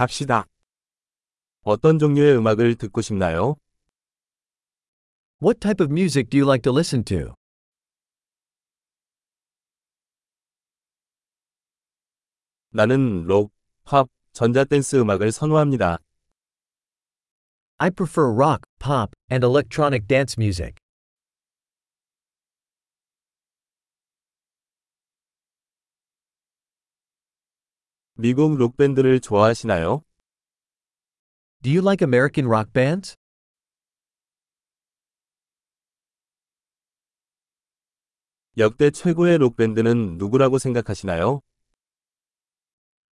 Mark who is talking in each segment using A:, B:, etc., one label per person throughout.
A: 갑시다. 어떤 종류의 음악을 듣고 싶나요?
B: What type of music do you like to listen to?
A: 나는 록, 팝, 전자댄스 음악을 선호합니다.
B: I prefer rock, pop, and electronic dance music.
A: 미국 록밴드를 좋아하시나요?
B: Do you like American rock bands?
A: 역대 최고의 록밴드는 누구라고 생각하시나요?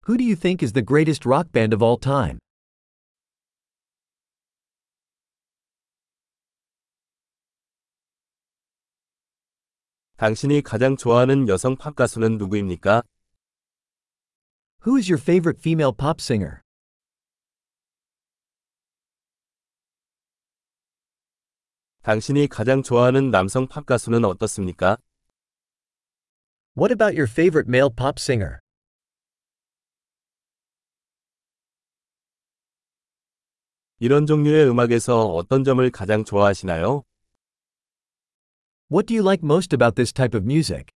B: Who do you think is the greatest rock band of all time?
A: 당신이 가장 좋아하는 여성 팝 가수는 누구입니까?
B: Who is your favorite female pop singer?
A: 당신이 가장 좋아하는 남성 팝 가수는 어떻습니까?
B: What about your favorite male pop singer?
A: 이런 종류의 음악에서 어떤 점을 가장 좋아하시나요?
B: What do you like most about this type of music?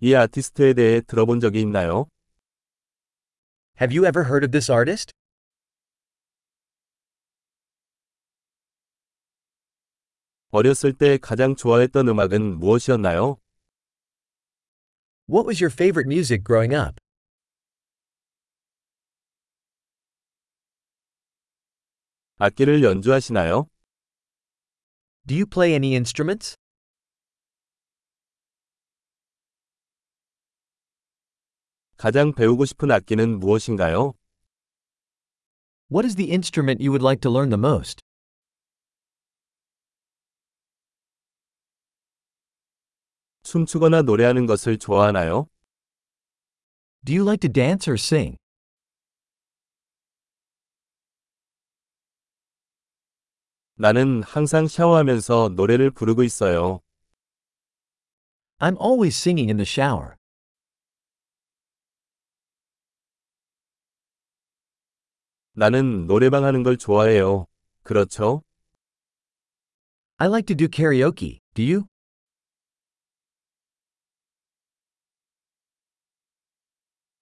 A: 이 아티스트에 대해 들어본 적이 있나요?
B: Have you ever heard of this artist?
A: 어렸을 때 가장 좋아했던 음악은 무엇이었나요?
B: What was your favorite music growing up?
A: 악기를 연주하시나요?
B: Do you play any instruments?
A: 가장 배우고 싶은 악기는 무엇인가요?
B: What is the instrument you would like to learn the most?
A: 춤추거나 노래하는 것을 좋아하나요?
B: Do you like to dance or sing?
A: 나는 항상 샤워하면서 노래를 부르고 있어요.
B: I'm always singing in the shower.
A: 나는 노래방 하는 걸 좋아해요. 그렇죠?
B: I like to do karaoke, do you?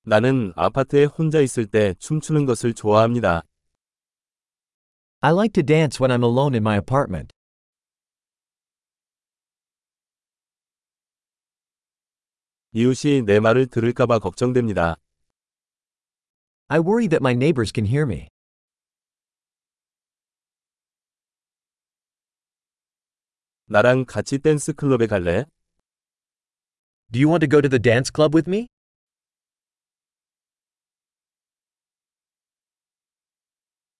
A: 나는 아파트에 혼자 있을 때 춤추는 것을 좋아합니다.
B: I like to dance when I'm alone in my apartment.
A: 이웃이 내 말을 들을까봐 걱정됩니다.
B: I worry that my neighbors can hear me.
A: 나랑 같이 댄스 클럽에 갈래?
B: Do you want to go to the dance club with me?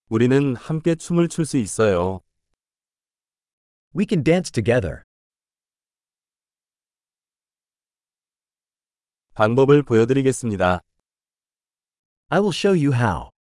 A: 우리는 함께 춤을 출 수 있어요.
B: We can dance together.
A: 방법을 보여드리겠습니다.
B: I will show you how.